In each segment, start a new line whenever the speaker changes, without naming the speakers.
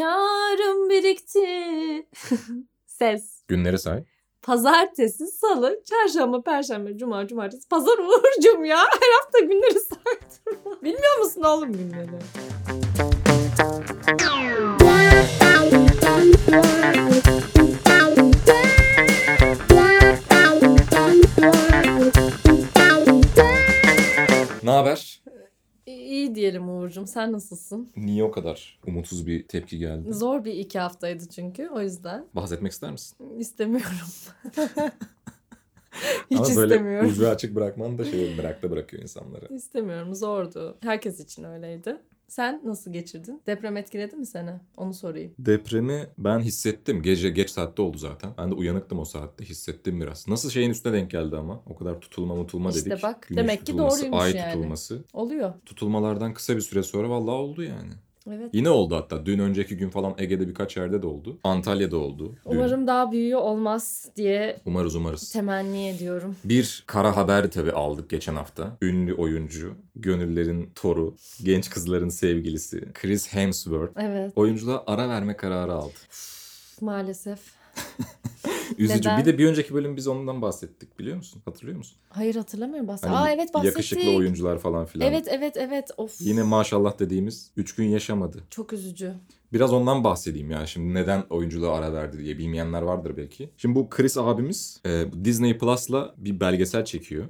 Efkarım birikti. Ses.
Günleri say.
Pazartesi, salı, çarşamba, perşembe, cuma, cumartesi. Pazar Uğur'cum ya. Her hafta günleri saydım. Bilmiyor musun oğlum günleri?
Ne haber?
İyi diyelim Uğur'cum. Sen nasılsın?
Niye o kadar umutsuz bir tepki geldi?
Zor bir iki haftaydı çünkü. O yüzden
Bahsetmek ister misin?
istemiyorum. Hiç
Ama böyle
istemiyorum.
ucu açık bırakman da şey merakta bırakıyor insanları.
İstemiyorum. Zordu. Herkes için öyleydi. Sen nasıl geçirdin? Deprem etkiledi mi seni? Onu sorayım.
Depremi ben hissettim. Gece geç saatte oldu zaten. Ben de uyanıktım o saatte. Hissettim biraz. Nasıl şeyin üstüne denk geldi ama. O kadar tutulma mutulma
İşte
dedik.
bak,
Güneş
demek ki
tutulması,
doğruymuş
ay
yani.
tutulması.
Oluyor.
Tutulmalardan kısa bir süre sonra vallahi oldu yani.
Evet.
Yine oldu hatta. Dün önceki gün falan Ege'de birkaç yerde de oldu. Antalya'da oldu. Dün.
Umarım daha büyüğü olmaz diye
Umarız umarız.
temenni ediyorum.
Bir kara haber tabii aldık geçen hafta. Ünlü oyuncu, gönüllerin toru, genç kızların sevgilisi Chris Hemsworth
Evet.
oyunculuğa ara verme kararı aldı.
Maalesef.
Üzücü.
Neden?
Bir de bir önceki bölüm biz ondan bahsettik biliyor musun? Hatırlıyor musun?
Hayır hatırlamıyorum. Bahs-
Hani
Aa evet bahsettik.
Yakışıklı oyuncular falan filan.
Evet evet evet. Of.
Yine maşallah dediğimiz 3 gün yaşamadı.
Çok üzücü.
Biraz ondan bahsedeyim ya. Şimdi neden oyunculuğa ara verdi diye bilmeyenler vardır belki. Şimdi bu Chris abimiz e, Disney Plus'la bir belgesel çekiyor.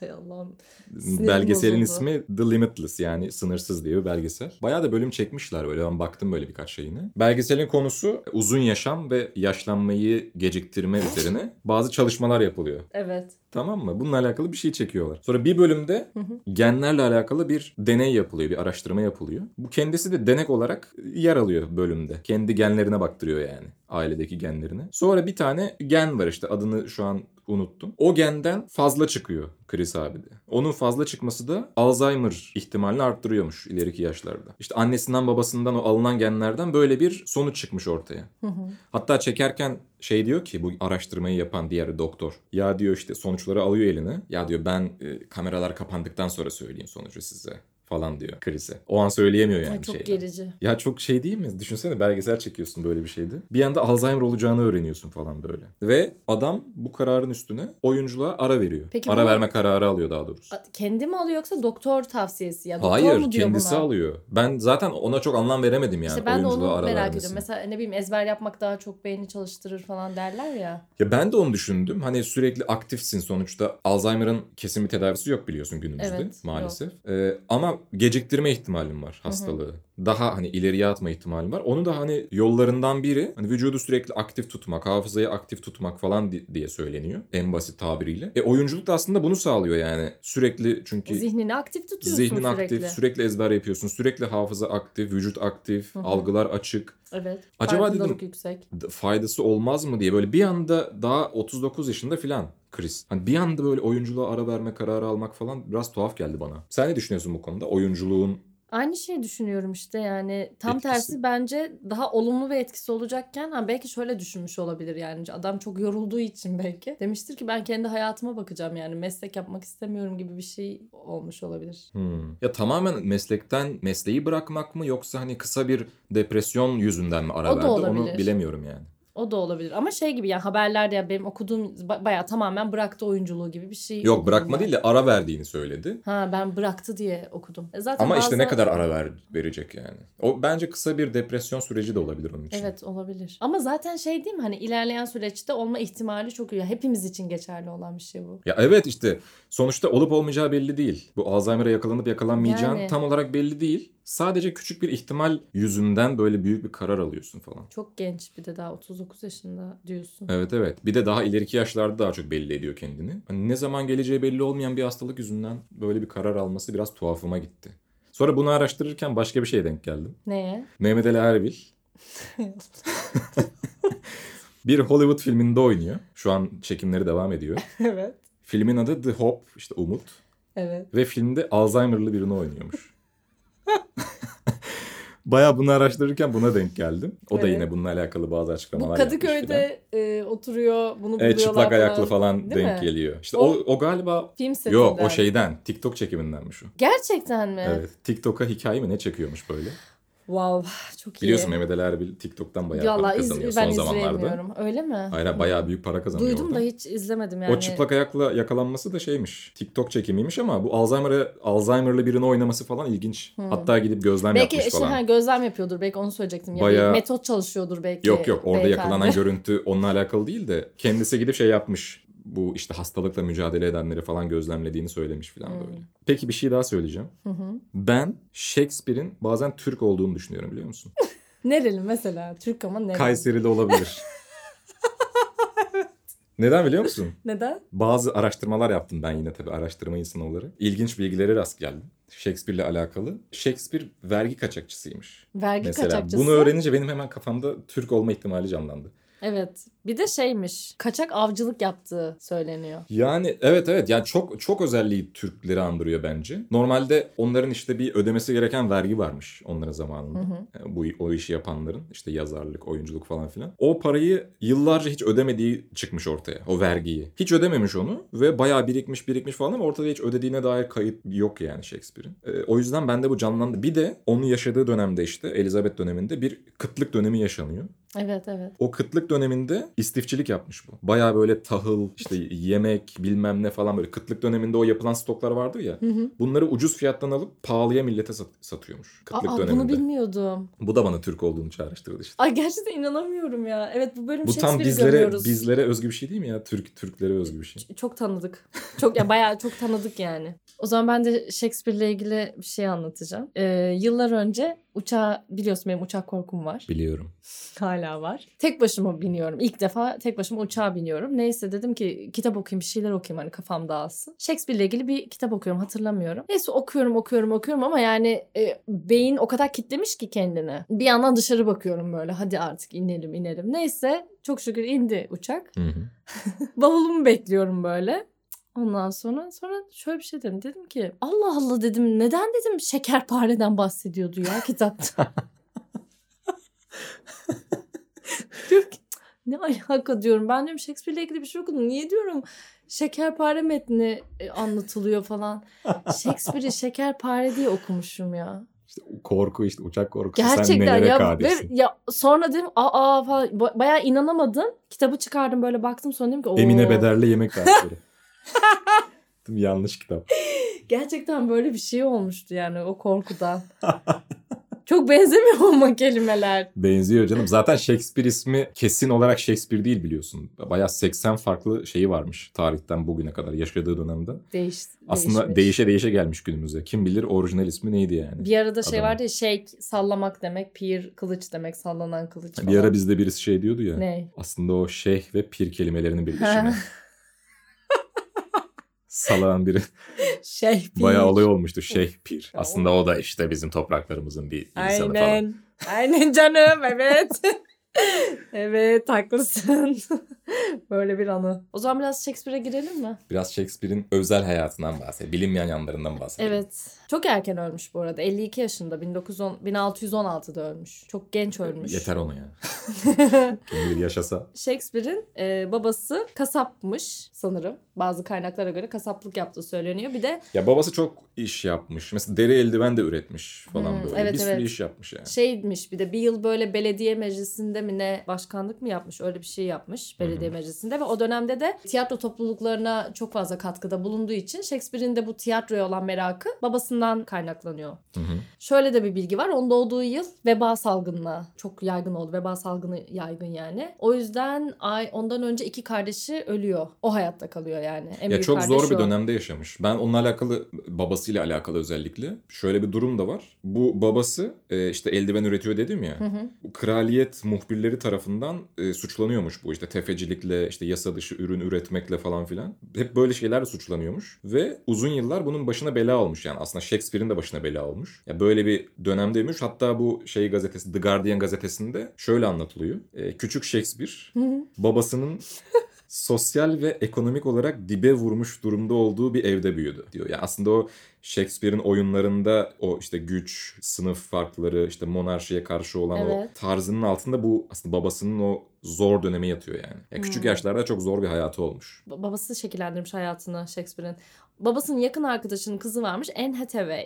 Hay Allah'ım. Sinirim
Belgeselin
bozuldu.
ismi The Limitless yani sınırsız diye bir belgesel. Bayağı da bölüm çekmişler böyle ben baktım böyle birkaç şeyine. Belgeselin konusu uzun yaşam ve yaşlanmayı geciktirme üzerine bazı çalışmalar yapılıyor.
Evet.
Tamam mı? Bununla alakalı bir şey çekiyorlar. Sonra bir bölümde
Hı hı.
genlerle alakalı bir deney yapılıyor, bir araştırma yapılıyor. Bu kendisi de denek olarak yer alıyor bölümde. Kendi genlerine baktırıyor yani. Ailedeki genlerine. Sonra bir tane gen var işte adını şu an unuttum. O genden fazla çıkıyor Chris abi de. Onun fazla çıkması da Alzheimer ihtimalini arttırıyormuş ileriki yaşlarda. İşte annesinden babasından o alınan genlerden böyle bir sonuç çıkmış ortaya.
Hı hı.
Hatta çekerken şey diyor ki bu araştırmayı yapan diğer doktor. Ya diyor işte sonuçları alıyor eline. Ya diyor ben e, kameralar kapandıktan sonra söyleyeyim sonucu size falan diyor Chris'e. O an söyleyemiyor yani
Ay, çok
şeyden.
gerici.
Ya çok şey değil mi? Düşünsene belgesel çekiyorsun böyle bir şeydi. Bir anda Alzheimer olacağını öğreniyorsun falan böyle. Ve adam bu kararın üstüne oyunculuğa ara veriyor.
Peki
ara
bu-
verme kararı alıyor daha doğrusu.
A- Kendi mi alıyor yoksa doktor tavsiyesi ya? Doktor
Hayır
mu diyor
kendisi
buna?
alıyor. Ben zaten ona çok anlam veremedim yani
İşte ben de
oyunculuğa
onu
ara
merak
vermesine.
ediyorum. Mesela ne bileyim ezber yapmak daha çok beyni çalıştırır falan derler ya.
Ya ben de onu düşündüm. Hani sürekli aktifsin sonuçta. Alzheimer'ın kesin bir tedavisi yok biliyorsun günümüzde
Evet,
maalesef. Ee, ama geciktirme ihtimalim var hastalığı. Daha hani ileriye atma ihtimalim var. Onu da hani yollarından biri hani vücudu sürekli aktif tutmak, hafızayı aktif tutmak falan di- diye söyleniyor en basit tabiriyle. E oyunculuk da aslında bunu sağlıyor yani. Sürekli çünkü
Zihnini aktif tutuyorsun
zihnin
sürekli.
aktif, sürekli ezber yapıyorsun. Sürekli hafıza aktif, vücut aktif,
Hı hı.
algılar açık.
Evet.
Acaba
Farkındalık
dedim-
yüksek.
d- faydası olmaz mı diye böyle bir anda daha 39 yaşında filan Chris. Hani bir anda böyle oyunculuğa ara verme kararı almak falan biraz tuhaf geldi bana. Sen ne düşünüyorsun bu konuda? Oyunculuğun
Aynı şeyi düşünüyorum işte yani tam
Etkisi.
tersi bence daha olumlu bir etkisi olacakken ha belki şöyle düşünmüş olabilir yani adam çok yorulduğu için belki demiştir ki ben kendi hayatıma bakacağım yani meslek yapmak istemiyorum gibi bir şey olmuş olabilir.
Hmm. ya tamamen meslekten mesleği bırakmak mı yoksa hani kısa bir depresyon yüzünden mi ara
O da
verdi onu
olabilir.
bilemiyorum yani.
O da olabilir ama şey gibi yani haberlerde ya benim okuduğum ba- bayağı tamamen bıraktı oyunculuğu gibi bir şey.
Yok
okudum ben.
bırakma değil de ara verdiğini söyledi.
Ha ben bıraktı diye okudum. E zaten
Ama işte ne
bazen-
kadar ara ver, verecek yani. O bence kısa bir depresyon süreci de olabilir onun için.
Evet olabilir. Ama zaten şey değil mi hani ilerleyen süreçte olma ihtimali çok iyi. Hepimiz için geçerli olan bir şey bu.
Ya evet işte sonuçta olup olmayacağı belli değil. Bu Alzheimer'a yakalanıp yakalanmayacağın
Yani.
tam olarak belli değil. Sadece küçük bir ihtimal yüzünden böyle büyük bir karar alıyorsun falan.
Çok genç bir de daha 39 yaşında diyorsun.
Evet evet. Bir de daha ileriki yaşlarda daha çok belli ediyor kendini. Hani ne zaman geleceği belli olmayan bir hastalık yüzünden böyle bir karar alması biraz tuhafıma gitti. Sonra bunu araştırırken başka bir şeye denk geldim.
Neye?
Mehmet Ali Erbil bir Hollywood filminde oynuyor. Şu an çekimleri devam ediyor.
evet.
Filmin adı The Hope, işte Umut.
Evet.
Ve filmde Alzheimer'lı birini oynuyormuş. Baya bunu araştırırken buna denk geldim. O da
Evet.
yine bununla alakalı bazı açıklamalar
Bu
yapmış filan.
Kadıköy'de e, oturuyor bunu buluyorlar.
Evet çıplak ayaklı falan
Değil
denk
mi?
geliyor. İşte
O-
o, o, galiba...
Film setinden.
Yok şey- o şeyden. TikTok çekimindenmiş o.
Gerçekten mi?
Evet. TikTok'a hikaye mi ne çekiyormuş böyle.
Wow çok iyi.
Biliyorsun Mehmet Ali Erbil TikTok'tan bayağı
Valla
para
iz-
kazanıyor
ben
son zamanlarda.
izleyemiyorum. Öyle mi?
Aynen bayağı büyük para kazanıyor
Duydum da
orada.
hiç izlemedim yani.
O çıplak ayakla yakalanması da şeymiş. TikTok çekimiymiş ama bu Alzheimer'ı Alzheimer'lı birini oynaması falan ilginç. Hatta gidip gözlem
Belki
yapmış
işte
falan.
ha, gözlem yapıyordur belki onu söyleyecektim. Ya
Bayağı-
bir metot çalışıyordur belki.
Yok yok orada
beyefendi.
yakalanan görüntü onunla alakalı değil de kendisi gidip şey yapmış. Bu işte hastalıkla mücadele edenleri falan gözlemlediğini söylemiş falan
Hmm.
böyle. Peki bir şey daha söyleyeceğim.
Hı hı.
Ben Shakespeare'in bazen Türk olduğunu düşünüyorum biliyor musun?
Nereli mesela? Türk ama nereli?
Kayserili olabilir. Neden biliyor musun?
Neden?
Bazı araştırmalar yaptım ben yine tabii araştırma insanları. İlginç bilgilere rast geldim. Shakespeare'le alakalı. Shakespeare vergi kaçakçısıymış.
Vergi
Mesela
kaçakçısı.
bunu öğrenince benim hemen kafamda Türk olma ihtimali canlandı.
Evet. Bir de şeymiş. Kaçak avcılık yaptığı söyleniyor.
Yani evet evet yani çok çok özelliği Türkleri andırıyor bence. Normalde onların işte bir ödemesi gereken vergi varmış onların zamanında.
Hı hı.
Yani bu o işi yapanların işte yazarlık, oyunculuk falan filan. O parayı yıllarca hiç ödemediği çıkmış ortaya. O vergiyi. Hiç ödememiş onu ve bayağı birikmiş birikmiş falan ama ortada hiç ödediğine dair kayıt yok yani Shakespeare'in. Ee, o yüzden bende bu canlandı. Bir de onun yaşadığı dönemde işte Elizabeth döneminde bir kıtlık dönemi yaşanıyor.
Evet evet.
O kıtlık döneminde istifçilik yapmış bu. Baya böyle tahıl, işte yemek bilmem ne falan böyle kıtlık döneminde o yapılan stoklar vardır ya.
Hı hı.
Bunları ucuz fiyattan alıp pahalıya millete sat- satıyormuş kıtlık
Aa bunu
döneminde.
bilmiyordum.
bu da bana Türk olduğunu çağrıştırdı işte.
Ay gerçekten inanamıyorum ya. Evet bu bölüm
Bu tam
Shakespeare'i
bizlere
görüyoruz.
bizlere özgü bir şey değil mi ya? Türk Türklere özgü bir şey.
Çok tanıdık. Çok ya bayağı çok tanıdık yani. O zaman ben de Shakespeare'le ilgili bir şey anlatacağım. Ee, yıllar önce uçağa biliyorsun benim uçak korkum var.
Biliyorum.
Hala var. Tek başıma biniyorum. İlk defa tek başıma uçağa biniyorum. Neyse dedim ki kitap okuyayım bir şeyler okuyayım hani kafam dağılsın. Shakespeare'le ilgili bir kitap okuyorum hatırlamıyorum. Neyse okuyorum okuyorum okuyorum ama yani e, beyin o kadar kitlemiş ki kendini. Bir yandan dışarı bakıyorum böyle hadi artık inelim inelim. Neyse çok şükür indi uçak.
Hı hı.
Bavulumu bekliyorum böyle. Ondan sonra sonra şöyle bir şey dedim. Dedim ki Allah Allah dedim neden dedim şekerpareden bahsediyordu ya kitapta. diyor ki "Cık, ne alaka diyorum. Ben diyorum Shakespeare'le ilgili bir şey okudum. Niye diyorum şekerpare metni e, anlatılıyor falan. Shakespeare'i şekerpare diye okumuşum ya.
İşte korku işte uçak korkusu sen
Gerçekten
nelere
ya, ve,
kadirsin.
ya sonra dedim aa falan Ba- bayağı inanamadım. Kitabı çıkardım böyle baktım sonra dedim ki "Oo."
Emine Beder'le yemek tarifleri. Değil mi? Yanlış kitap.
Gerçekten böyle bir şey olmuştu yani o korkudan. Çok benzemiyor ama kelimeler.
Benziyor canım. Zaten Shakespeare ismi kesin olarak Shakespeare değil biliyorsun. Bayağı 80 farklı şeyi varmış tarihten bugüne kadar yaşadığı dönemde.
Değiş,
Aslında
değişmiş.
değişe değişe gelmiş günümüze. Kim bilir orijinal ismi neydi yani.
Bir arada şey
Adamın.
vardı ya shake sallamak demek, pir kılıç demek, sallanan kılıç falan.
Bir ara bizde birisi şey diyordu ya.
Ne?
Aslında o şeyh ve pir kelimelerinin birleşimi. Salan biri.
Şey pir.
Bayağı olay olmuştu. Şeyh pir. Aslında o da işte bizim topraklarımızın bir insanı falan.
Aynen. Aynen canım evet. evet haklısın. Böyle bir anı. O zaman biraz Shakespeare'e girelim mi?
Biraz Shakespeare'in özel hayatından bahsedelim. Bilinmeyen yanlarından bahsedelim.
Evet. Çok erken ölmüş bu arada. 52 yaşında. 1910, 1616'da ölmüş. Çok genç ölmüş.
Yeter ona ya. Kim bilir yaşasa.
Shakespeare'in e, babası kasapmış sanırım. Bazı kaynaklara göre kasaplık yaptığı söyleniyor. Bir de
Ya babası çok iş yapmış. Mesela deri eldiven de üretmiş falan
Hmm,
böyle.
evet,
bir sürü
evet.
iş yapmış yani.
şeymiş bir de bir yıl böyle belediye meclisinde mi ne başkanlık mı yapmış öyle bir şey yapmış belediye meclisinde ve o dönemde de tiyatro topluluklarına çok fazla katkıda bulunduğu için Shakespeare'in de bu tiyatroya olan merakı babasından kaynaklanıyor.
Hı hı.
Şöyle de bir bilgi var. Onun doğduğu yıl veba salgınına çok yaygın oldu. Veba salgını yaygın yani. O yüzden ay ondan önce iki kardeşi ölüyor. O hayatta kalıyor yani. En
Ya
büyük
çok zor
kardeşi
bir
o.
dönemde yaşamış. Ben onunla alakalı babasıyla alakalı özellikle şöyle bir durum da var. Bu babası e, işte eldiven üretiyor dedim ya.
Hı hı.
Bu Kraliyet muhbirleri tarafından e, suçlanıyormuş bu işte tefecilikle işte yasa dışı ürün üretmekle falan filan. Hep böyle şeylerle suçlanıyormuş ve uzun yıllar bunun başına bela olmuş yani aslında Shakespeare'in de başına bela olmuş. Ya böyle bir dönemdeymiş. Hatta bu şey gazetesi The Guardian gazetesinde şöyle anlatılıyor. E, küçük Shakespeare
Hı hı.
babasının sosyal ve ekonomik olarak dibe vurmuş durumda olduğu bir evde büyüdü diyor. Yani aslında o Shakespeare'in oyunlarında o işte güç, sınıf farkları, işte monarşiye karşı olan
Evet.
o tarzının altında bu aslında babasının o zor dönemi yatıyor yani. Ya küçük
Hmm.
yaşlarda çok zor bir hayatı olmuş.
Ba- Babası şekillendirmiş hayatını Shakespeare'in. Babasının yakın arkadaşının kızı varmış Anne Hathaway.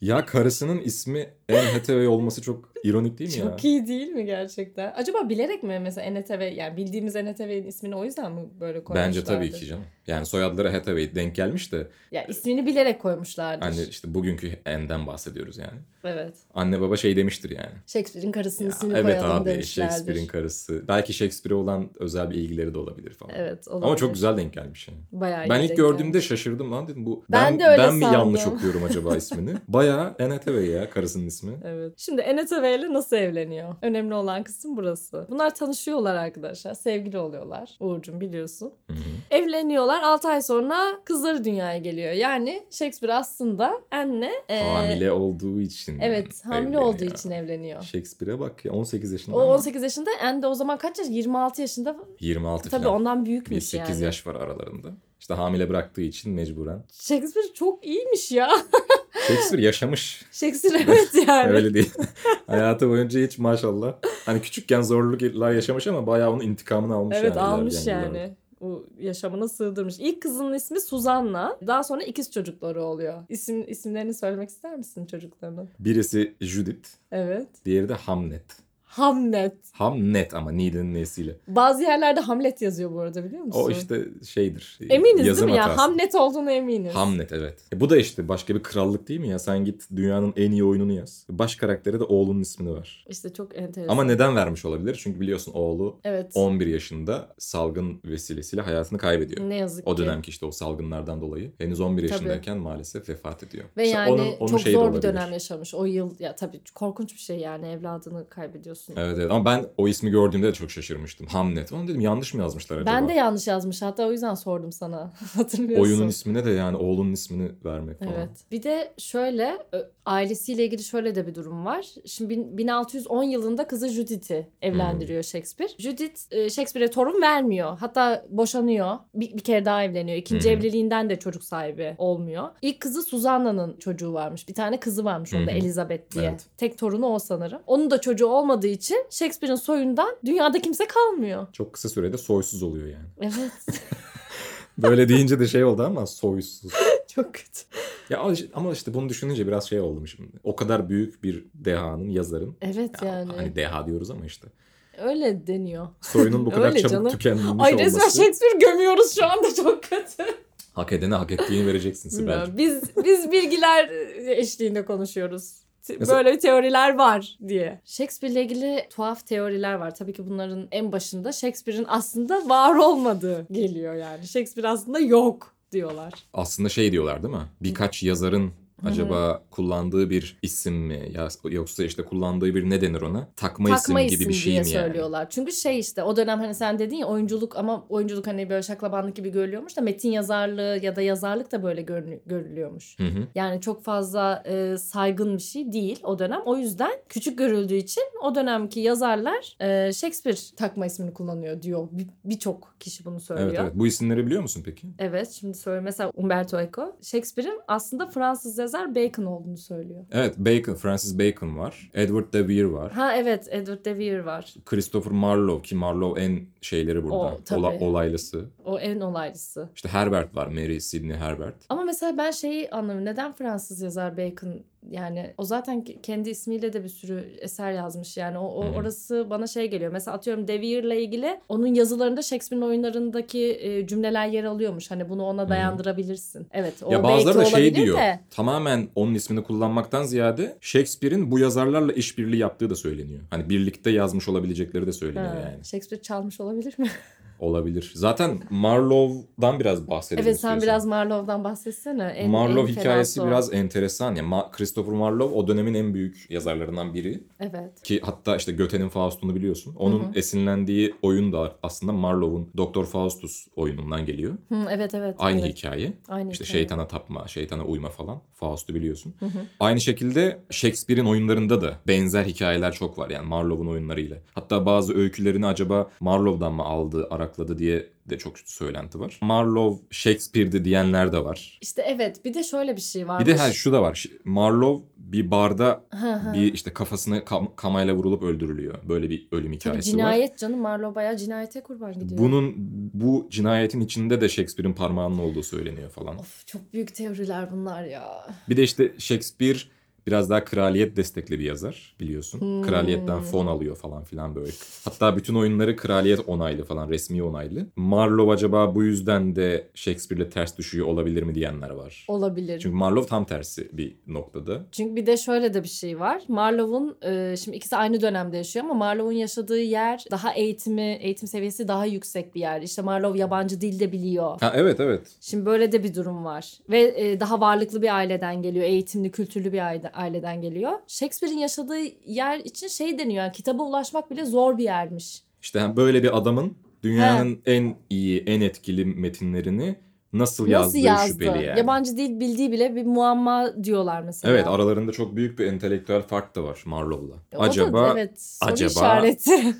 Ya karısının ismi Anne Hathaway olması çok ironik değil mi ya?
Çok iyi değil mi gerçekten? Acaba bilerek mi mesela Anne Hathaway yani bildiğimiz Anne Hathaway'in ismini o yüzden mi böyle koymuşlardı?
Bence tabii ki canım. Yani soyadları Hathaway denk gelmiş de
Ya ismini bilerek koymuşlardır.
hani işte bugünkü Anne'den bahsediyoruz yani.
Evet.
Anne baba şey demiştir yani.
Shakespeare'in karısının
Ya,
ismini
evet
koyalım
abi
demişlerdir.
Shakespeare'in karısı. Belki Shakespeare'e olan özel bir ilgileri de olabilir falan.
Evet olabilir.
Ama çok güzel denk gelmiş yani.
Bayağı
Ben
iyi
ilk
denk
gördüğümde
gelmiş.
şaşırdım lan dedim bu
Ben
ben,
de öyle
ben mi yanlış
sandım.
okuyorum acaba ismini? Bayağı Anne Hathaway ya karısının ismi.
Evet. Şimdi Anne Hathaway ile nasıl evleniyor? Önemli olan kısım burası. Bunlar tanışıyorlar arkadaşlar. Sevgili oluyorlar. Uğur'cum biliyorsun.
Hı hı.
Evleniyorlar 6 ay sonra kızları dünyaya geliyor. Yani Shakespeare aslında anne e,
Hamile olduğu için.
Evet hamile
evleniyor.
olduğu için evleniyor.
Shakespeare'e bak ya 18 yaşında.
O
ama
18 yaşında Anne de o zaman kaç yaş? 26 yaşında.
26
Tabii
falan.
ondan
Bir
büyükmüş
8
yani.
yaş var aralarında. İşte hamile bıraktığı için mecburen.
Shakespeare çok iyiymiş ya.
Shakespeare yaşamış.
Shakespeare evet yani.
Öyle değil. Hayatı boyunca hiç maşallah. Hani küçükken zorluklar yaşamış ama bayağı onun intikamını almış
Evet
yani.
almış
ilerleyen yıllarda.
yani. Bu yaşamına sığdırmış. İlk kızının ismi Suzanna. Daha sonra ikiz çocukları oluyor. İsim, isimlerini söylemek ister misin çocuklarının?
Birisi Judith,
Evet.
diğeri de Hamnet.
Hamlet.
Hamnet ama Need'in nesiyle.
Bazı yerlerde Hamlet yazıyor bu arada biliyor musun?
O işte şeydir. e,
Eminiz
yazım
değil mi ya?
hatası.
Hamlet olduğunu eminiz.
Hamlet evet. E bu da işte başka bir krallık değil mi ya? Sen git dünyanın en iyi oyununu yaz. Baş karakteri de oğlunun ismini ver.
işte çok enteresan.
Ama neden vermiş olabilir? Çünkü biliyorsun oğlu
Evet.
11 yaşında salgın vesilesiyle hayatını kaybediyor.
Ne yazık
O
ki.
dönemki işte o salgınlardan dolayı henüz 11 yaşındayken maalesef vefat ediyor.
Ve
İşte
yani çok
şeyi de
zor bir
olabilir.
dönem yaşamış. O yıl ya tabii korkunç bir şey yani evladını kaybediyorsun.
Evet evet ama ben o ismi gördüğümde de çok şaşırmıştım. Hamlet. Onu dedim yanlış mı yazmışlar acaba?
Ben de yanlış yazmış hatta o yüzden sordum sana. Hatırlıyorsun.
Oyunun ismine de yani oğlunun ismini vermek falan.
Evet. Bir de şöyle ö- ailesiyle ilgili şöyle de bir durum var. Şimdi bin- 1610 yılında kızı Judith'i evlendiriyor
Hmm.
Shakespeare. Judith e, Shakespeare'e torun vermiyor. Hatta boşanıyor. Bir, bir kere daha evleniyor. İkinci
Hı hı.
evliliğinden de çocuk sahibi olmuyor. İlk kızı Susanna'nın çocuğu varmış. Bir tane kızı varmış onda
Hı hı.
Elizabeth diye.
Hmm. Evet.
Tek torunu o sanırım. Onun da çocuğu olmadığı için Shakespeare'in soyundan dünyada kimse kalmıyor.
Çok kısa sürede soysuz oluyor yani.
Evet.
Böyle deyince de şey oldu ama soysuz.
Çok kötü.
Ya al işte- ama işte bunu düşününce biraz şey oldum şimdi. O kadar büyük bir dehanın, yazarın.
Evet yani.
Hani deha diyoruz ama işte.
Öyle deniyor.
Soyunun bu kadar
Öyle
çabuk
canım.
tükenmiş
Ay
olması.
resmen şey- Shakespeare gömüyoruz şu anda çok kötü.
Hak edene hak ettiğini vereceksin Sibel.
Biz biz bilgiler eşliğinde konuşuyoruz. T-
Mesela-
Böyle teoriler var diye. Shakespeare'le ilgili tuhaf teoriler var. Tabii ki bunların en başında Shakespeare'in aslında var olmadığı geliyor yani. Shakespeare aslında yok diyorlar.
Aslında şey diyorlar değil mi? Birkaç yazarın
hı.
acaba kullandığı bir isim mi ya yoksa işte kullandığı bir ne denir ona? Takma,
Takma
isim gibi bir şey
diye
mi yani?
söylüyorlar. Çünkü şey işte o dönem hani sen dedin ya oyunculuk ama oyunculuk hani böyle şaklabanlık gibi görülüyormuş da metin yazarlığı ya da yazarlık da böyle görünü- görülüyormuş.
Hı hı.
Yani çok fazla e, saygın bir şey değil o dönem. O yüzden küçük görüldüğü için o dönemki yazarlar e, Shakespeare takma ismini kullanıyor diyor. Bir- Birçok kişi bunu söylüyor.
Evet evet. Bu isimleri biliyor musun peki?
Evet, şimdi söyle mesela Umberto Eco Shakespeare'in aslında Fransız yazar Bacon olduğunu söylüyor.
Evet Bacon, Francis Bacon var. Edward de Vere var.
Ha evet Edward de Vere var.
Christopher Marlowe ki Marlowe en şeyleri
O,
burada.
tabii.
Ola- olaylısı.
O en olaylısı.
İşte Herbert var. Mary Sidney Herbert.
Ama mesela ben şeyi anlamıyorum. Neden Fransız yazar Bacon yani o zaten ke- kendi ismiyle de bir sürü eser yazmış yani o, o
Hı hı.
orası bana şey geliyor. Mesela atıyorum De Vere'la ilgili onun yazılarında Shakespeare'in oyunlarındaki e, cümleler yer alıyormuş. Hani bunu ona
hı.
dayandırabilirsin. Evet o
ya bazıları da
belki
şey
olabilir
diyor.
de.
Tamamen onun ismini kullanmaktan ziyade Shakespeare'in bu yazarlarla işbirliği yaptığı da söyleniyor. Hani birlikte yazmış olabilecekleri de söyleniyor
Ha,
yani.
Shakespeare çalmış olabilir mi?
Olabilir. Zaten Marlowe'dan biraz bahsedelim.
evet sen
istiyorsan.
biraz Marlowe'dan bahsetsene. En-
Marlowe
en fenası
hikayesi
o.
biraz enteresan. ya Ma- Christopher Marlowe o dönemin en büyük yazarlarından biri.
Evet.
Ki hatta işte Göte'nin Faust'unu biliyorsun. Onun
Hı hı.
esinlendiği oyun da aslında Marlowe'un Doktor Faustus oyunundan geliyor.
Hı, evet evet.
Aynı
evet.
hikaye.
Aynı
İşte
hikaye.
şeytana tapma, şeytana uyma falan. Faust'u biliyorsun.
Hı hı.
Aynı şekilde Shakespeare'in oyunlarında da benzer hikayeler çok var yani Marlowe'un oyunlarıyla. Hatta bazı öykülerini acaba Marlowe'dan mı aldı, ara- akladı diye de çok söylenti var. Marlowe Shakespeare'di diyenler de var.
İşte evet bir de şöyle bir şey var.
Bir de ha şu da var. Ş- Marlowe bir barda
bir
bir işte kafasına kam- kamayla vurulup öldürülüyor. Böyle bir ölüm
Tabii
hikayesi var.
cinayet canım Marlowe bayağı cinayete kurban gidiyor.
Bunun bu cinayetin içinde de Shakespeare'in parmağının olduğu söyleniyor falan.
Of çok büyük teoriler bunlar ya.
Bir de işte Shakespeare biraz daha kraliyet destekli bir yazar biliyorsun.
Hmm.
Kraliyetten fon alıyor falan filan böyle. Hatta bütün oyunları kraliyet onaylı falan resmi onaylı. Marlowe acaba bu yüzden de Shakespeare'le ters düşüyor olabilir mi diyenler var.
Olabilir.
Çünkü Marlowe tam tersi bir noktada.
Çünkü bir de şöyle de bir şey var. Marlowe'un e, şimdi ikisi aynı dönemde yaşıyor ama Marlowe'un yaşadığı yer daha eğitimi, eğitim seviyesi daha yüksek bir yer. İşte Marlowe yabancı dil de biliyor.
Ha evet evet.
Şimdi böyle de bir durum var. Ve e, daha varlıklı bir aileden geliyor. Eğitimli, kültürlü bir aile- aileden geliyor. Shakespeare'in yaşadığı yer için şey deniyor. Yani kitaba ulaşmak bile zor bir yermiş.
İşte hani böyle bir adamın dünyanın en iyi, en etkili metinlerini nasıl,
Nasıl
yazdığı
yazdı?
şüpheli yani.
Yabancı dil bildiği bile bir muamma diyorlar mesela.
Evet aralarında çok büyük bir entelektüel fark da var Marlowe'la.
E, O da-
Acaba
evet, soru
acaba-
işareti.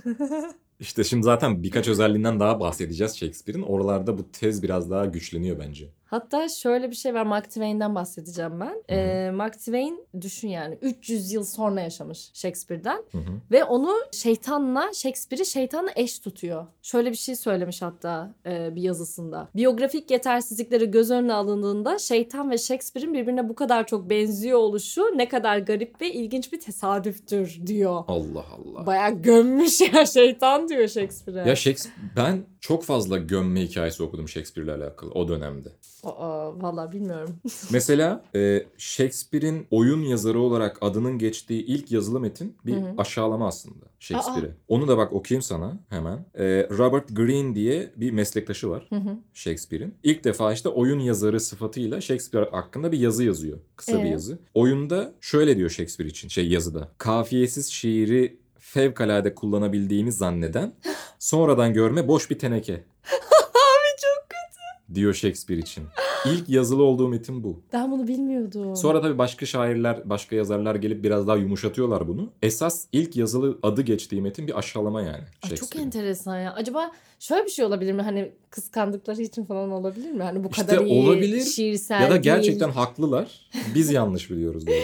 İşte şimdi zaten birkaç özelliğinden daha bahsedeceğiz Shakespeare'in. Oralarda bu tez biraz daha güçleniyor bence.
Hatta şöyle bir şey var Mark Twain'den bahsedeceğim ben. Ee, Mark Twain düşün yani 300 yıl sonra yaşamış Shakespeare'den
Hı hı.
ve onu şeytanla Shakespeare'i şeytanla eş tutuyor. Şöyle bir şey söylemiş hatta e, bir yazısında. Biyografik yetersizlikleri göz önüne alındığında şeytan ve Shakespeare'in birbirine bu kadar çok benziyor oluşu ne kadar garip ve ilginç bir tesadüftür diyor.
Allah Allah.
Baya gömmüş ya şeytan diyor Shakespeare'e.
ya Shakespeare ben çok fazla gömme hikayesi okudum Shakespeare'le alakalı o dönemde.
Aa, valla bilmiyorum.
Mesela e, Shakespeare'in oyun yazarı olarak adının geçtiği ilk yazılı metin bir
Hı hı.
aşağılama aslında Shakespeare'i. Onu da bak okuyayım sana hemen. E, Robert Greene diye bir meslektaşı var.
Hı hı.
Shakespeare'in. İlk defa işte oyun yazarı sıfatıyla Shakespeare hakkında bir yazı yazıyor. Kısa bir
Ee?
yazı. Oyunda şöyle diyor Shakespeare için şey yazıda. Kafiyesiz şiiri fevkalade kullanabildiğini zanneden sonradan görme boş bir teneke. Abi çok kötü. Diyor Shakespeare için. İlk yazılı olduğu metin bu.
ben bunu bilmiyordum.
Sonra tabii başka şairler, başka yazarlar gelip biraz daha yumuşatıyorlar bunu. Esas ilk yazılı adı geçtiği metin bir aşağılama yani.
Ay, çok
Shakespeare'in.
enteresan ya. Acaba şöyle bir şey olabilir mi? Hani kıskandıkları için falan olabilir mi? Hani bu
İşte
kadar iyi
olabilir
şiirsel
Ya da
değil.
gerçekten haklılar. Biz yanlış biliyoruz. doğru.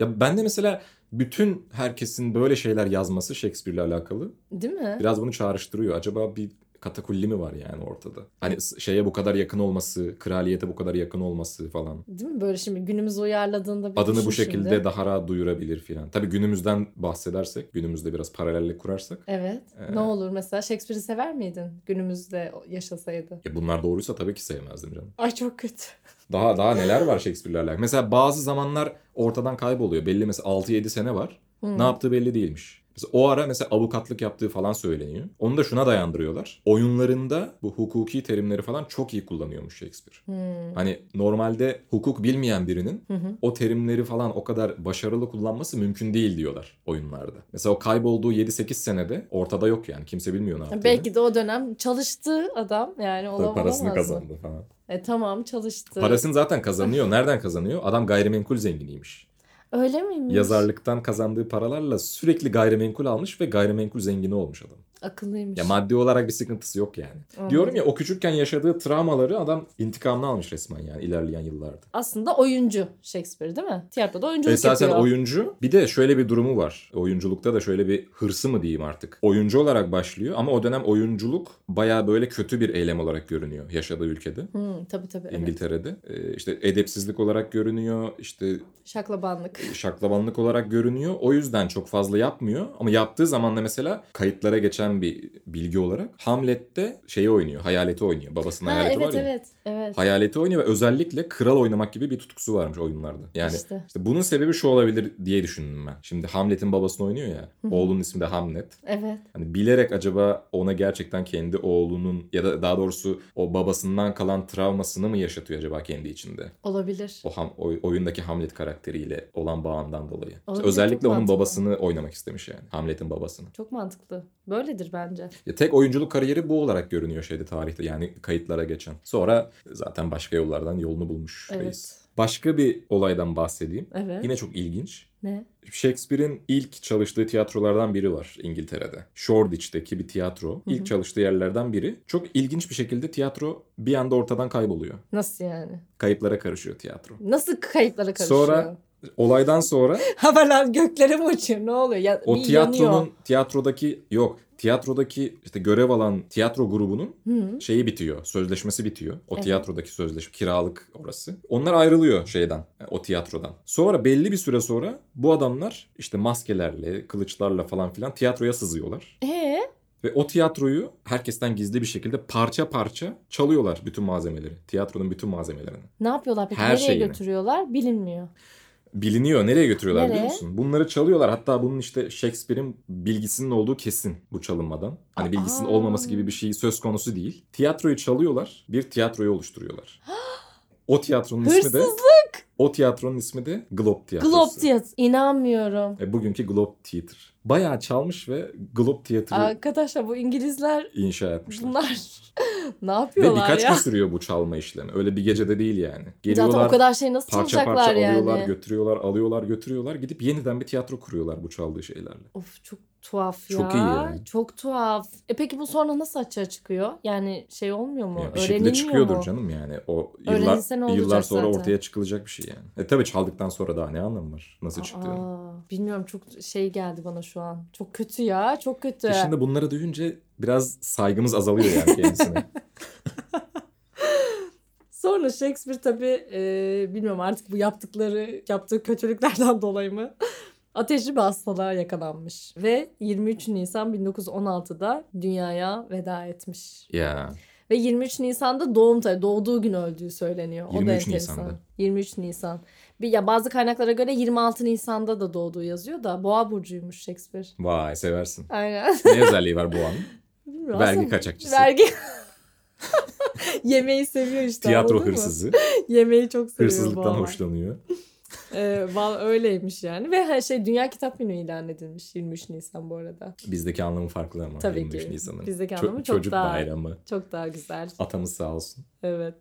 ya ben de mesela bütün herkesin böyle şeyler yazması Shakespeare'le alakalı
Değil mi?
biraz bunu çağrıştırıyor. Acaba bir katakulli mi var yani ortada? Hani s- şeye bu kadar yakın olması, kraliyete bu kadar yakın olması falan.
Değil mi? Böyle şimdi günümüz uyarladığında bir
Adını
düşün
bu şekilde
şimdi.
daha rahat duyurabilir filan. Tabii günümüzden bahsedersek, günümüzde biraz paralellik kurarsak.
Evet.
Ee.
Ne olur mesela Shakespeare'i sever miydin günümüzde yaşasaydı?
Ya e, bunlar doğruysa tabii ki sevmezdim canım.
Ay çok kötü.
Daha daha neler var Shakespeare'le alakalı. Mesela bazı zamanlar ortadan kayboluyor. Belli mesela 6-7 sene var.
Hmm.
Ne yaptığı belli değilmiş. Mesela o ara mesela avukatlık yaptığı falan söyleniyor. Onu da şuna dayandırıyorlar. Oyunlarında bu hukuki terimleri falan çok iyi kullanıyormuş Shakespeare.
Hmm.
Hani normalde hukuk bilmeyen birinin
Hı hı.
o terimleri falan o kadar başarılı kullanması mümkün değil diyorlar oyunlarda. Mesela o kaybolduğu 7-8 senede ortada yok yani. Kimse bilmiyor ne yaptığını.
Belki de o dönem çalıştı adam yani
Tabii
ola-
parasını
olamaz mı?
kazandı falan.
E tamam çalıştı.
Parasını zaten kazanıyor. Nereden kazanıyor? Adam gayrimenkul zenginiymiş.
Öyle miymiş?
Yazarlıktan kazandığı paralarla sürekli gayrimenkul almış ve gayrimenkul zengini olmuş adam.
Akıllıymış.
Ya maddi olarak bir sıkıntısı yok yani.
Anladım.
Diyorum ya o küçükken yaşadığı travmaları adam intikamını almış resmen yani ilerleyen yıllarda.
Aslında oyuncu Shakespeare değil mi? Tiyatroda oyunculuk
Esasen
yapıyor.
oyuncu bir de şöyle bir durumu var. Oyunculukta da şöyle bir hırsı mı diyeyim artık. Oyuncu olarak başlıyor ama o dönem oyunculuk baya böyle kötü bir eylem olarak görünüyor yaşadığı ülkede.
Hmm, tabii tabii. evet.
İngiltere'de Ee, işte edepsizlik olarak görünüyor işte
Şaklabanlık.
şaklabanlık olarak görünüyor. O yüzden çok fazla yapmıyor. Ama yaptığı zaman da mesela kayıtlara geçen bir bilgi olarak Hamlet'te şeyi oynuyor. Hayaleti oynuyor. Babasının
Ha,
hayaleti
evet
var ya.
evet evet.
Hayaleti oynuyor ve özellikle kral oynamak gibi bir tutkusu varmış oyunlarda. Yani
İşte.
işte bunun sebebi şu olabilir diye düşündüm ben. Şimdi Hamlet'in babasını oynuyor ya.
Hı hı.
Oğlunun ismi de Hamlet.
Evet.
Hani bilerek acaba ona gerçekten kendi oğlunun ya da daha doğrusu o babasından kalan travmasını mı yaşatıyor acaba kendi içinde?
Olabilir.
o, ham, oy- oyundaki Hamlet karakteriyle olan bağından dolayı. İşte
Olabilir,
özellikle
çok
onun
mantıklı.
babasını oynamak istemiş yani. Hamlet'in babasını.
Çok mantıklı. Böyledir değildir bence.
Ya tek oyunculuk kariyeri bu olarak görünüyor şeyde tarihte yani kayıtlara geçen. Sonra zaten başka yollardan yolunu bulmuş.
Evet.
reis. Başka bir olaydan bahsedeyim.
Evet.
Yine çok ilginç.
Ne?
Shakespeare'in ilk çalıştığı tiyatrolardan biri var İngiltere'de. Shoreditch'teki bir tiyatro.
Hı hı.
İlk çalıştığı yerlerden biri. Çok ilginç bir şekilde tiyatro bir anda ortadan kayboluyor.
Nasıl yani?
Kayıplara karışıyor tiyatro.
Nasıl kayıplara karışıyor?
Sonra- Olaydan sonra
Haberler göklere mi uçuyor? Ne oluyor? Ya,
o
bir
tiyatronun tiyatrodaki yok tiyatrodaki işte görev alan tiyatro grubunun
yanıyor. Hı.
şeyi bitiyor. Sözleşmesi bitiyor. O
Evet.
tiyatrodaki sözleşme kiralık orası. Onlar ayrılıyor şeyden, e, o tiyatrodan. Sonra belli bir süre sonra bu adamlar işte maskelerle, kılıçlarla falan filan tiyatroya sızıyorlar.
Ee?
Ve o tiyatroyu herkesten gizli bir şekilde parça parça çalıyorlar bütün malzemeleri. Tiyatronun bütün malzemelerini.
Ne yapıyorlar peki?
Her
Nereye
şeyini.
götürüyorlar? Bilinmiyor.
Biliniyor. Nereye götürüyorlar
Nereye?
biliyor musun? Bunları çalıyorlar. Hatta bunun işte Shakespeare'in bilgisinin olduğu kesin bu çalınmadan. Hani bilgisinin
Aa.
olmaması gibi bir şey söz konusu değil. Tiyatroyu çalıyorlar. Bir tiyatroyu oluşturuyorlar. O tiyatronun ismi de
Hırsızlık.
o tiyatronun ismi de Globe Tiyatrosu.
Globe Theater. İnanmıyorum.
E, bugünkü Globe Theater. Bayağı çalmış ve Globe Theater'ı
Arkadaşlar bu İngilizler
inşa etmişler.
bunlar ne
Ve
yapıyorlar
birkaç
ya?
gün sürüyor bu çalma işlemi. Öyle bir gecede değil yani.
Zaten
Geliyorlar
o kadar şey nasıl
parça
çalacaklar
parça alıyorlar,
yani?
götürüyorlar, alıyorlar, götürüyorlar. Gidip yeniden bir tiyatro kuruyorlar bu çaldığı şeylerle.
Of çok tuhaf ya.
Çok iyi yani.
Çok tuhaf. E peki bu sonra nasıl açığa çıkıyor? Yani şey olmuyor mu?
Yani bir şekilde
Öğrenilmiyor
çıkıyordur
mu?
canım yani. O
Öğrenilse ne
yıllar,
olacak
yıllar sonra
zaten?
ortaya çıkılacak bir şey yani. E tabii çaldıktan sonra daha ne anlamı var? Nasıl çıktı? E
Aa, bilmiyorum çok şey geldi bana şu an. Çok kötü ya çok kötü.
E Şimdi bunları duyunca biraz saygımız azalıyor yani kendisine.
Sonra Shakespeare tabii e, bilmiyorum artık bu yaptıkları yaptığı kötülüklerden dolayı mı ateşli bir hastalığa yakalanmış. Ve 23 Nisan 1916'da dünyaya veda etmiş.
ya
Ve 23 Nisan'da doğum tarihi, doğduğu gün öldüğü söyleniyor. O da
23
enteresan.
Nisan'da.
23 Nisan. Bir ya bazı kaynaklara göre 26 Nisan'da da doğduğu yazıyor da Boğa burcuymuş Shakespeare.
vay seversin.
Aynen.
Ne özelliği var bu an?
Bilmiyorum,
Vergi
aslında
kaçakçısı.
Vergi. Yemeği seviyor işte. anladın
Tiyatro
mı?
hırsızı.
Yemeği çok seviyor
Hırsızlıktan
Boğa.
hoşlanıyor.
Ee, val- öyleymiş yani. Ve her şey Dünya Kitap Günü ilan edilmiş 23 Nisan bu arada.
Bizdeki anlamı farklı ama.
Tabii
23
ki.
Nisan'ın.
Bizdeki
Ço-
anlamı çok
Çocuk
daha-
bayramı. Ah.
Çok daha güzel.
Atamız sağ olsun.
Evet.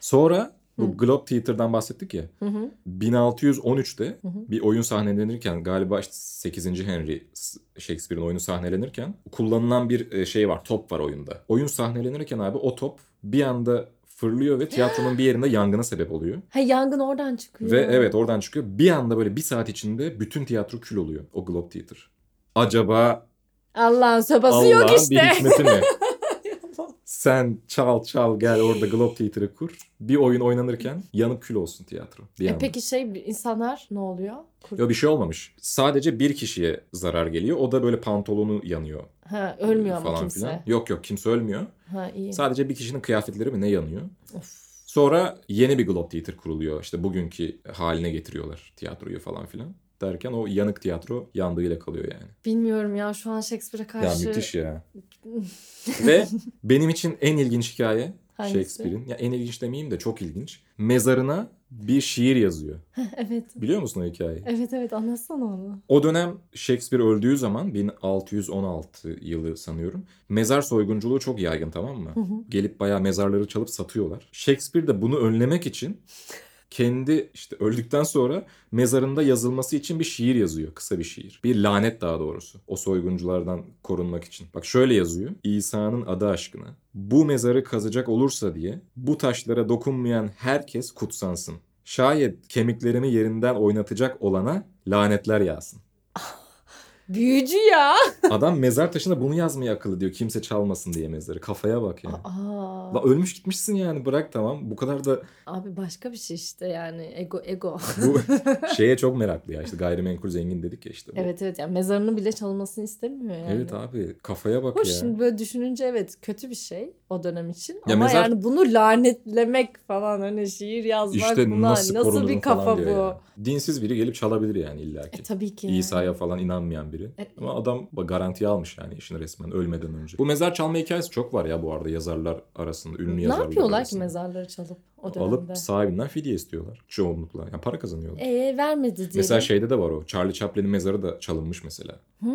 Sonra
Hı.
bu Globe Theater'dan bahsettik ya.
Hı hı.
1613'te
Hı hı.
bir oyun sahnelenirken galiba işte 8. Henry S- Shakespeare'in oyunu sahnelenirken kullanılan bir e, şey var top var oyunda. Oyun sahnelenirken abi o top bir anda fırlıyor ve tiyatronun bir yerinde yangına sebep oluyor.
Ha yangın oradan çıkıyor.
Ve evet oradan çıkıyor. Bir anda böyle bir saat içinde bütün tiyatro kül oluyor o Globe Theater. Acaba
Allah'ın sopası yok
Allah'ın bir
işte.
hikmeti mi? Sen çal çal gel orada Globe Theater'ı kur. Bir oyun oynanırken yanıp kül olsun tiyatro. Bir
E
anda.
peki şey insanlar ne oluyor? Kurt-
Yok bir şey olmamış. Sadece bir kişiye zarar geliyor. O da böyle pantolonu yanıyor.
Ha, ölmüyor ama
falan
kimse.
filan. Yok yok kimse ölmüyor.
Ha iyi.
Sadece bir kişinin kıyafetleri mi ne yanıyor.
Of.
Sonra yeni bir Globe Theater kuruluyor. İşte bugünkü haline getiriyorlar tiyatroyu falan filan. Derken o yanık tiyatro yandığıyla kalıyor yani.
Bilmiyorum ya şu an Shakespeare'e karşı.
Ya müthiş ya. Ve benim için en ilginç hikaye
Hangisi?
Shakespeare'in. Ya en ilginç demeyeyim de çok ilginç. Mezarına bir şiir yazıyor.
evet.
Biliyor musun o hikayeyi?
Evet evet anlatsana onu.
O dönem Shakespeare öldüğü zaman 1616 yılı sanıyorum. Mezar soygunculuğu çok yaygın tamam mı?
Hı hı.
Gelip bayağı mezarları çalıp satıyorlar. Shakespeare de bunu önlemek için kendi işte öldükten sonra mezarında yazılması için bir şiir yazıyor. Kısa bir şiir. Bir lanet daha doğrusu. O soygunculardan korunmak için. Bak şöyle yazıyor. İsa'nın adı aşkına. Bu mezarı kazacak olursa diye bu taşlara dokunmayan herkes kutsansın. Şayet kemiklerimi yerinden oynatacak olana lanetler yağsın.
Büyücü ya.
Adam mezar taşına bunu yazmaya akıllı diyor. Kimse çalmasın diye mezarı. Kafaya bak ya.
Aa,
La ölmüş gitmişsin yani bırak tamam. Bu kadar da
abi başka bir şey işte yani ego ego.
bu şeye çok meraklı ya. İşte gayrimenkul zengin dedik ya işte. bu.
Evet evet yani mezarının bile çalınmasını istemiyor yani.
Evet abi kafaya bak
Hoş
ya.
şimdi böyle düşününce evet kötü bir şey o dönem için. Ama
mezar-
yani bunu lanetlemek falan hani şiir yazmak
İşte
buna
nasıl,
nasıl bir kafa bu?
Yani. Dinsiz biri gelip çalabilir yani illaki.
E tabii ki. yani.
İsa'ya falan inanmayan biri.
E-
Ama adam bak garantiye almış yani işini resmen ölmeden önce. Bu mezar çalma hikayesi çok var ya bu arada yazarlar arasında, ünlü
Ne
yazarlar
yapıyorlar ki
arasında.
mezarları çalıp? o dönemde.
Alıp sahibinden fidye istiyorlar. Çoğunlukla. Yani para kazanıyorlar.
Ee, vermedi diye.
Mesela şey- şeyde de var o. Charlie Chaplin'in mezarı da çalınmış mesela.
Hmm.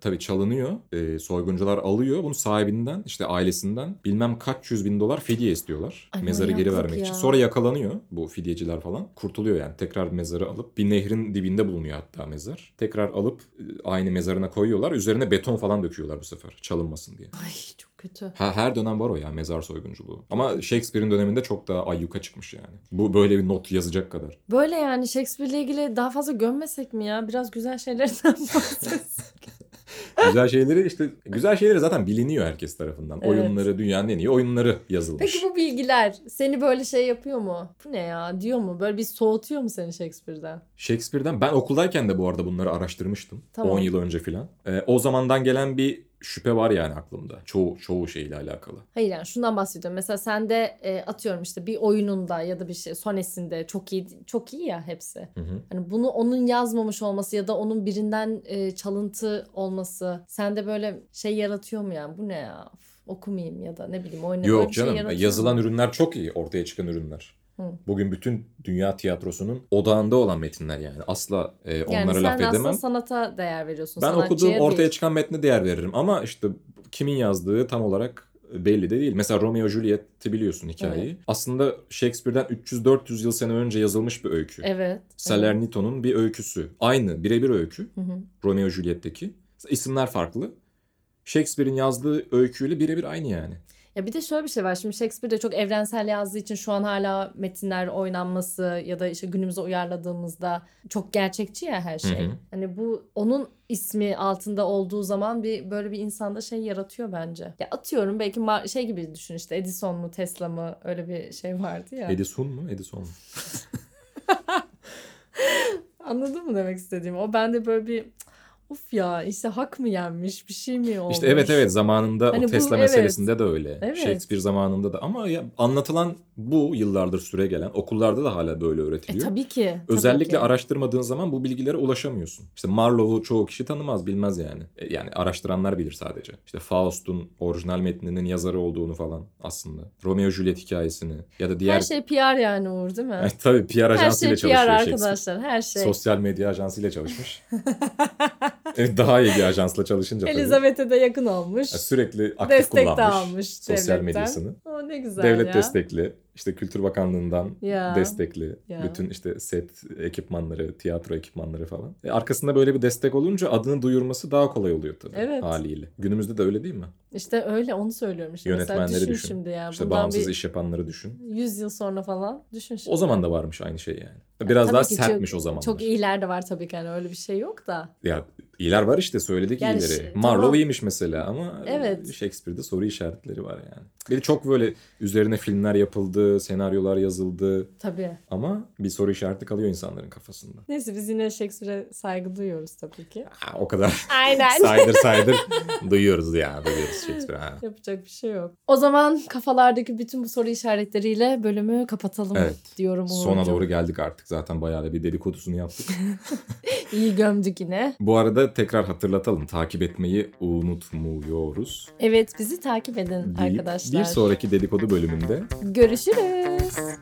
Tabii çalınıyor. e, soyguncular alıyor. Bunu sahibinden işte ailesinden bilmem kaç yüz bin dolar fidye istiyorlar.
Ay,
mezarı geri
manyaklık
vermek
ya.
için. Sonra yakalanıyor bu fidyeciler falan. Kurtuluyor yani. Tekrar mezarı alıp bir nehrin dibinde bulunuyor hatta mezar. Tekrar alıp e, aynı mezarına koyuyorlar. Üzerine beton falan döküyorlar bu sefer. Çalınmasın diye.
Ay çok kötü.
Ha, her dönem var o ya mezar soygunculuğu. Ama Shakespeare'in döneminde çok daha ayyuka çıkmış yani. Bu böyle bir not yazacak kadar.
Böyle yani Shakespeare'le ilgili daha fazla gömmesek mi ya? Biraz güzel şeylerden bahsetsek.
Güzel şeyleri işte güzel şeyleri zaten biliniyor herkes tarafından.
Evet.
Oyunları dünyanın en iyi oyunları yazılmış.
Peki bu bilgiler seni böyle şey yapıyor mu? Bu ne ya diyor mu? Böyle bir soğutuyor mu seni Shakespeare'den?
Shakespeare'den ben okuldayken de bu arada bunları araştırmıştım.
Tamam.
10 yıl önce filan. Ee, o zamandan gelen bir şüphe var yani aklımda. Çoğu çoğu şeyle alakalı.
Hayır yani şundan bahsediyorum. Mesela sen de e, atıyorum işte bir oyununda ya da bir şey sonesinde çok iyi çok iyi ya hepsi.
Hı hı.
Hani bunu onun yazmamış olması ya da onun birinden e, çalıntı olması sende böyle şey yaratıyor mu yani? Bu ne ya? Of, okumayayım ya da ne şey bileyim oynayayım.
Yok canım yazılan ürünler çok iyi ortaya çıkan ürünler.
Hı.
Bugün bütün dünya tiyatrosunun odağında olan metinler yani. Asla e, onlara
yani
laf
sen aslında
edemem.
sanata değer veriyorsun.
Ben okuduğum
sanatçıya
ortaya
değil.
çıkan metne değer veririm ama işte kimin yazdığı tam olarak belli de değil. Mesela Romeo Juliet'i biliyorsun hikayeyi. Aslında Shakespeare'den 300-400 yıl sene önce yazılmış bir öykü.
Evet. evet.
Salernito'nun bir öyküsü. Aynı birebir öykü
Hı hı.
Romeo Juliet'teki. İsimler farklı. Shakespeare'in yazdığı öyküyle birebir aynı yani.
Ya bir de şöyle bir şey var. Şimdi Shakespeare de çok evrensel yazdığı için şu an hala metinler oynanması ya da işte günümüze uyarladığımızda çok gerçekçi ya her şey.
Hı hı.
Hani bu onun ismi altında olduğu zaman bir böyle bir insanda şey yaratıyor bence. Ya atıyorum belki ma- şey gibi düşün işte Edison mu Tesla mı öyle bir şey vardı ya.
Edison mu? Edison mu?
Anladın mı demek istediğimi? O bende böyle bir uf ya işte hak mı yenmiş bir şey mi olmuş?
İşte evet evet zamanında
Hani
o
bu-
Tesla
evet.
meselesinde de öyle.
Evet.
Shakespeare zamanında da ama ya, anlatılan bu yıllardır süre gelen okullarda da hala böyle
E
öğretiliyor.
tabii ki. tabii
Özellikle
ki.
araştırmadığın zaman bu bilgilere ulaşamıyorsun. İşte Marlowe'u çoğu kişi tanımaz, bilmez yani. E, Yani araştıranlar bilir sadece. İşte Faust'un orijinal metninin yazarı olduğunu falan aslında. Romeo Juliet hikayesini ya da diğer...
Her şey PR yani Uğur değil mi?
Yani tabii PR
Her
ajansıyla
şey PR
çalışıyor Shakespeare.
arkadaşlar her şey.
Sosyal medya ajansıyla çalışmış. Evet, Daha iyi bir ajansla çalışınca tabii.
Elizabeth'e de yakın olmuş.
Yani Sürekli aktif
Destek de
kullanmış
almış
sosyal
devletten.
medyasını.
O ne güzel
Devlet
ya.
destekli, işte Kültür Bakanlığından
Ya.
destekli,
Ya.
bütün işte set ekipmanları, tiyatro ekipmanları falan. E, arkasında böyle bir destek olunca adını duyurması daha kolay oluyor tabii
Evet.
haliyle. Günümüzde de öyle değil mi?
İşte öyle onu söylüyorum işte.
Yönetmenleri
Mesela düşün,
düşün.
şimdi ya.
işte
bundan
bağımsız
bir
iş yapanları düşün.
100 yıl sonra falan düşün şimdi.
O zaman da varmış aynı şey yani. Biraz
Tabii
daha
ki
sertmiş
çok-
o zaman.
Çok iyiler de var tabii ki hani öyle bir şey yok da.
Ya iyiler var işte söyledik
Yani
iyileri.
şey-
Marlowe
tamam.
iyiymiş mesela ama
Evet.
Shakespeare'de soru işaretleri var yani. Bir de çok böyle üzerine filmler yapıldı, senaryolar yazıldı
Tabii.
ama bir soru işareti kalıyor insanların kafasında.
Neyse biz yine Shakespeare'e saygı duyuyoruz tabii ki.
Ha, o kadar
Aynen.
saydır saydır duyuyoruz ya duyuyoruz Shakespeare. Ha.
Yapacak bir şey yok. O zaman kafalardaki bütün bu soru işaretleriyle bölümü kapatalım
Evet.
diyorum.
Sona
Uğurcuğum.
doğru geldik artık zaten bayağı da bir dedikodusunu yaptık.
İyi gömdük yine.
Bu arada tekrar hatırlatalım takip etmeyi unutmuyoruz.
Evet bizi takip edin
deyip
arkadaşlar.
Bir sonraki dedikodu bölümünde
Görüşürüz.